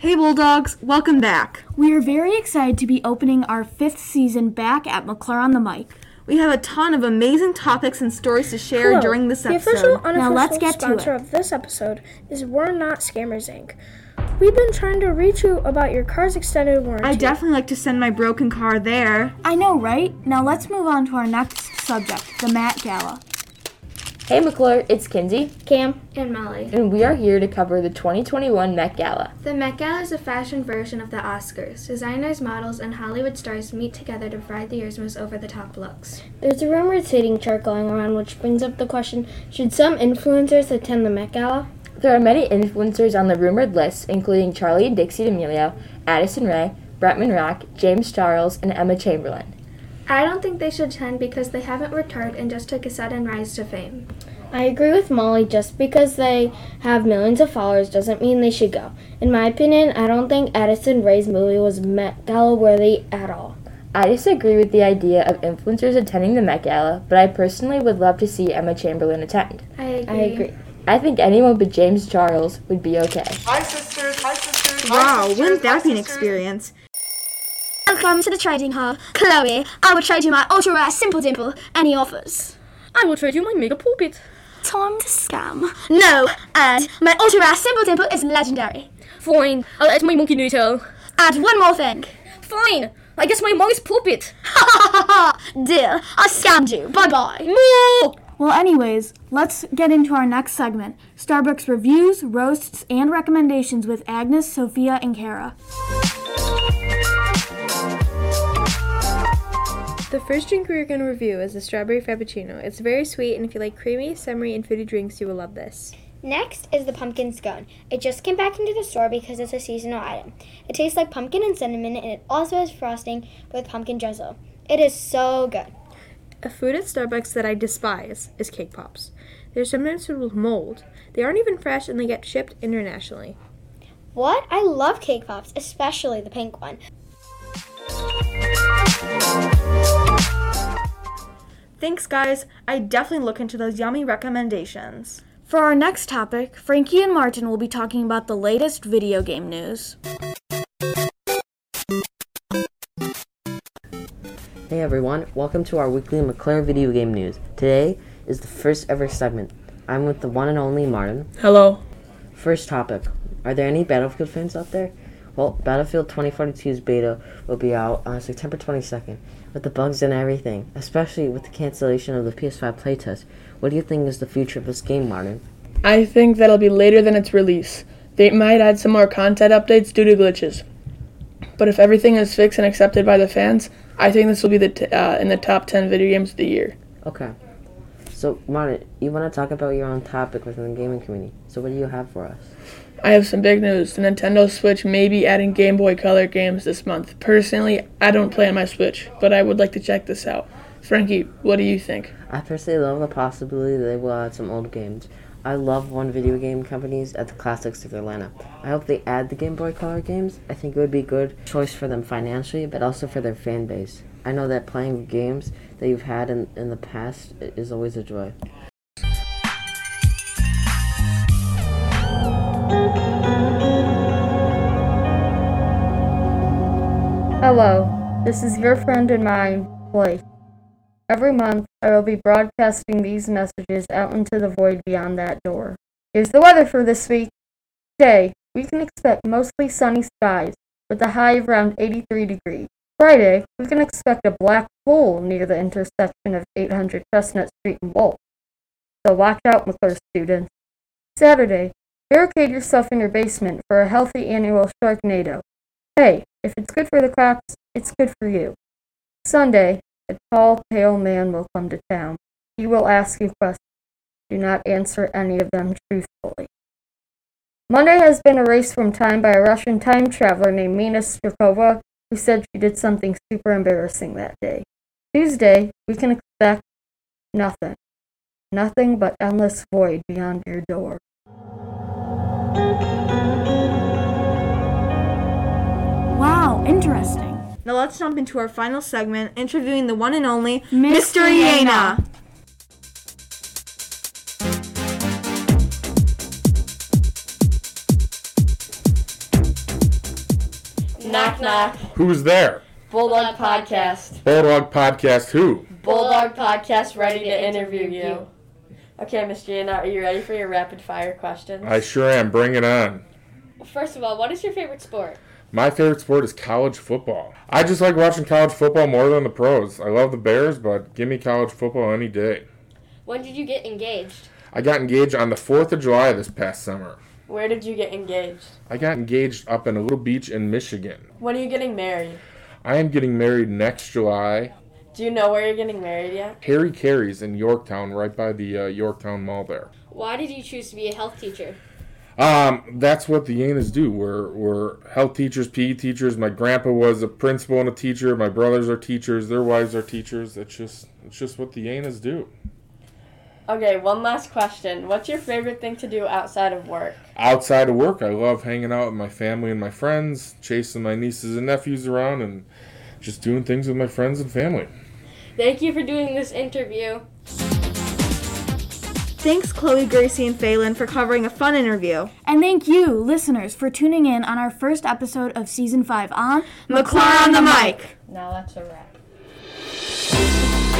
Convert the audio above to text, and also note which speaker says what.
Speaker 1: Hey Bulldogs, welcome back.
Speaker 2: We are very excited to be opening our fifth season back at McClure on the Mic.
Speaker 1: We have a ton of amazing topics and stories to share
Speaker 3: Hello.
Speaker 1: during this
Speaker 3: The official
Speaker 1: episode.
Speaker 3: unofficial
Speaker 2: let's get to
Speaker 3: sponsor
Speaker 2: it.
Speaker 3: of this episode is We're Not Scammers Inc. We've been trying to reach you about your car's extended warranty.
Speaker 1: I definitely like to send my broken car there.
Speaker 2: I know, right? Now let's move on to our next subject, the Matt Gala.
Speaker 4: Hey McClure, it's Kinsey,
Speaker 5: Cam and Molly.
Speaker 4: and we are here to cover the 2021 Met Gala.
Speaker 5: The Met Gala is a fashion version of the Oscars. Designers, models, and Hollywood stars meet together to provide the year's most over the top looks.
Speaker 6: There's a rumored dating chart going around, which brings up the question should some influencers attend the Met Gala?
Speaker 4: There are many influencers on the rumored list, including Charlie and Dixie D'Amelio, Addison Rae, Bretman Rock, James Charles, and Emma Chamberlain.
Speaker 5: I don't think they should attend because they haven't retired and just took a sudden rise to fame.
Speaker 6: I agree with Molly, just because they have millions of followers doesn't mean they should go. In my opinion, I don't think Addison Rae's movie was Met Gala worthy at all.
Speaker 4: I disagree with the idea of influencers attending the Met Gala, but I personally would love to see Emma Chamberlain attend.
Speaker 5: I agree.
Speaker 6: I agree.
Speaker 4: I think anyone but James Charles would be okay.
Speaker 7: Hi, sisters. Hi, sisters.
Speaker 1: Wow, wouldn't that be an experience?
Speaker 8: Welcome to the trading hub. Chloe, I will trade you my ultra rare Simple Dimple. Any offers?
Speaker 4: I will trade you my mega pulpit.
Speaker 8: Time to scam. No, and my ultra rare Simple Dimple is legendary.
Speaker 4: Fine, I'll let my monkey noodle.
Speaker 8: And one more thing.
Speaker 4: Fine, I guess my monkey's pulpit.
Speaker 8: Ha ha ha ha! Deal. I scammed you. Bye bye.
Speaker 2: Well, anyways, let's get into our next segment Starbucks reviews, roasts, and recommendations with Agnes, Sophia, and Kara.
Speaker 9: The first drink we're going to review is the strawberry frappuccino. It's very sweet, and if you like creamy, summery, and fruity drinks, you will love this.
Speaker 5: Next is the pumpkin scone. It just came back into the store because it's a seasonal item. It tastes like pumpkin and cinnamon, and it also has frosting with pumpkin drizzle. It is so good.
Speaker 9: A food at Starbucks that I despise is cake pops. They're sometimes filled with mold. They aren't even fresh, and they get shipped internationally.
Speaker 5: What? I love cake pops, especially the pink one.
Speaker 1: Thanks, guys. I definitely look into those yummy recommendations.
Speaker 2: For our next topic, Frankie and Martin will be talking about the latest video game news.
Speaker 10: Hey everyone, welcome to our weekly McClure video game news. Today is the first ever segment. I'm with the one and only Martin.
Speaker 4: Hello.
Speaker 10: First topic Are there any Battlefield fans out there? Well, Battlefield 2042's beta will be out on September 22nd. With the bugs and everything, especially with the cancellation of the PS5 playtest, what do you think is the future of this game, Martin?
Speaker 11: I think that'll be later than its release. They might add some more content updates due to glitches. But if everything is fixed and accepted by the fans, I think this will be the t- uh, in the top 10 video games of the year.
Speaker 10: Okay. So, Martin, you want to talk about your own topic within the gaming community. So, what do you have for us?
Speaker 11: I have some big news. The Nintendo Switch may be adding Game Boy Color games this month. Personally, I don't play on my Switch, but I would like to check this out. Frankie, what do you think?
Speaker 10: I personally love the possibility that they will add some old games. I love when video game companies add the classics to their lineup. I hope they add the Game Boy Color games. I think it would be a good choice for them financially, but also for their fan base. I know that playing games that you've had in, in the past i- is always a joy.
Speaker 6: Hello, this is your friend and mine, Blake. Every month, I will be broadcasting these messages out into the void beyond that door. Here's the weather for this week. Today, we can expect mostly sunny skies, with a high of around 83 degrees. Friday, we can expect a black hole near the intersection of 800 Chestnut Street and Wolf. So watch out, McClure students. Saturday, barricade yourself in your basement for a healthy annual Sharknado. Hey, if it's good for the crops, it's good for you. Sunday, a tall, pale man will come to town. He will ask you questions. Do not answer any of them truthfully. Monday has been erased from time by a Russian time traveler named Mina Strakova, who said she did something super embarrassing that day. Tuesday, we can expect nothing. Nothing but endless void beyond your door.
Speaker 2: Wow, interesting.
Speaker 1: Now let's jump into our final segment, interviewing the one and only
Speaker 2: Miss
Speaker 1: Mr.
Speaker 2: Iena.
Speaker 1: Iena.
Speaker 4: Knock knock.
Speaker 11: Who's there?
Speaker 4: Bulldog Podcast.
Speaker 11: Bulldog Podcast who?
Speaker 4: Bulldog Podcast ready to interview you. Okay, Miss Gianna, are you ready for your rapid fire questions?
Speaker 11: I sure am. Bring it on.
Speaker 4: First of all, what is your favorite sport?
Speaker 11: My favorite sport is college football. I just like watching college football more than the pros. I love the Bears, but give me college football any day.
Speaker 4: When did you get engaged?
Speaker 11: I got engaged on the 4th of July this past summer.
Speaker 4: Where did you get engaged?
Speaker 11: I got engaged up in a little beach in Michigan.
Speaker 4: When are you getting married?
Speaker 11: I am getting married next July.
Speaker 4: Do you know where you're getting married yet?
Speaker 11: Harry Carey's in Yorktown, right by the uh, Yorktown Mall there.
Speaker 4: Why did you choose to be a health teacher?
Speaker 11: Um, that's what the Yanas do. We're, we're health teachers, PE teachers. My grandpa was a principal and a teacher. My brothers are teachers. Their wives are teachers. It's just, it's just what the Yanas do.
Speaker 4: Okay, one last question. What's your favorite thing to do outside of work?
Speaker 11: Outside of work, I love hanging out with my family and my friends, chasing my nieces and nephews around, and just doing things with my friends and family.
Speaker 4: Thank you for doing this interview.
Speaker 1: Thanks, Chloe, Gracie, and Phelan, for covering a fun interview.
Speaker 2: And thank you, listeners, for tuning in on our first episode of Season 5 on
Speaker 1: McClure on the Mic.
Speaker 4: Now that's a wrap.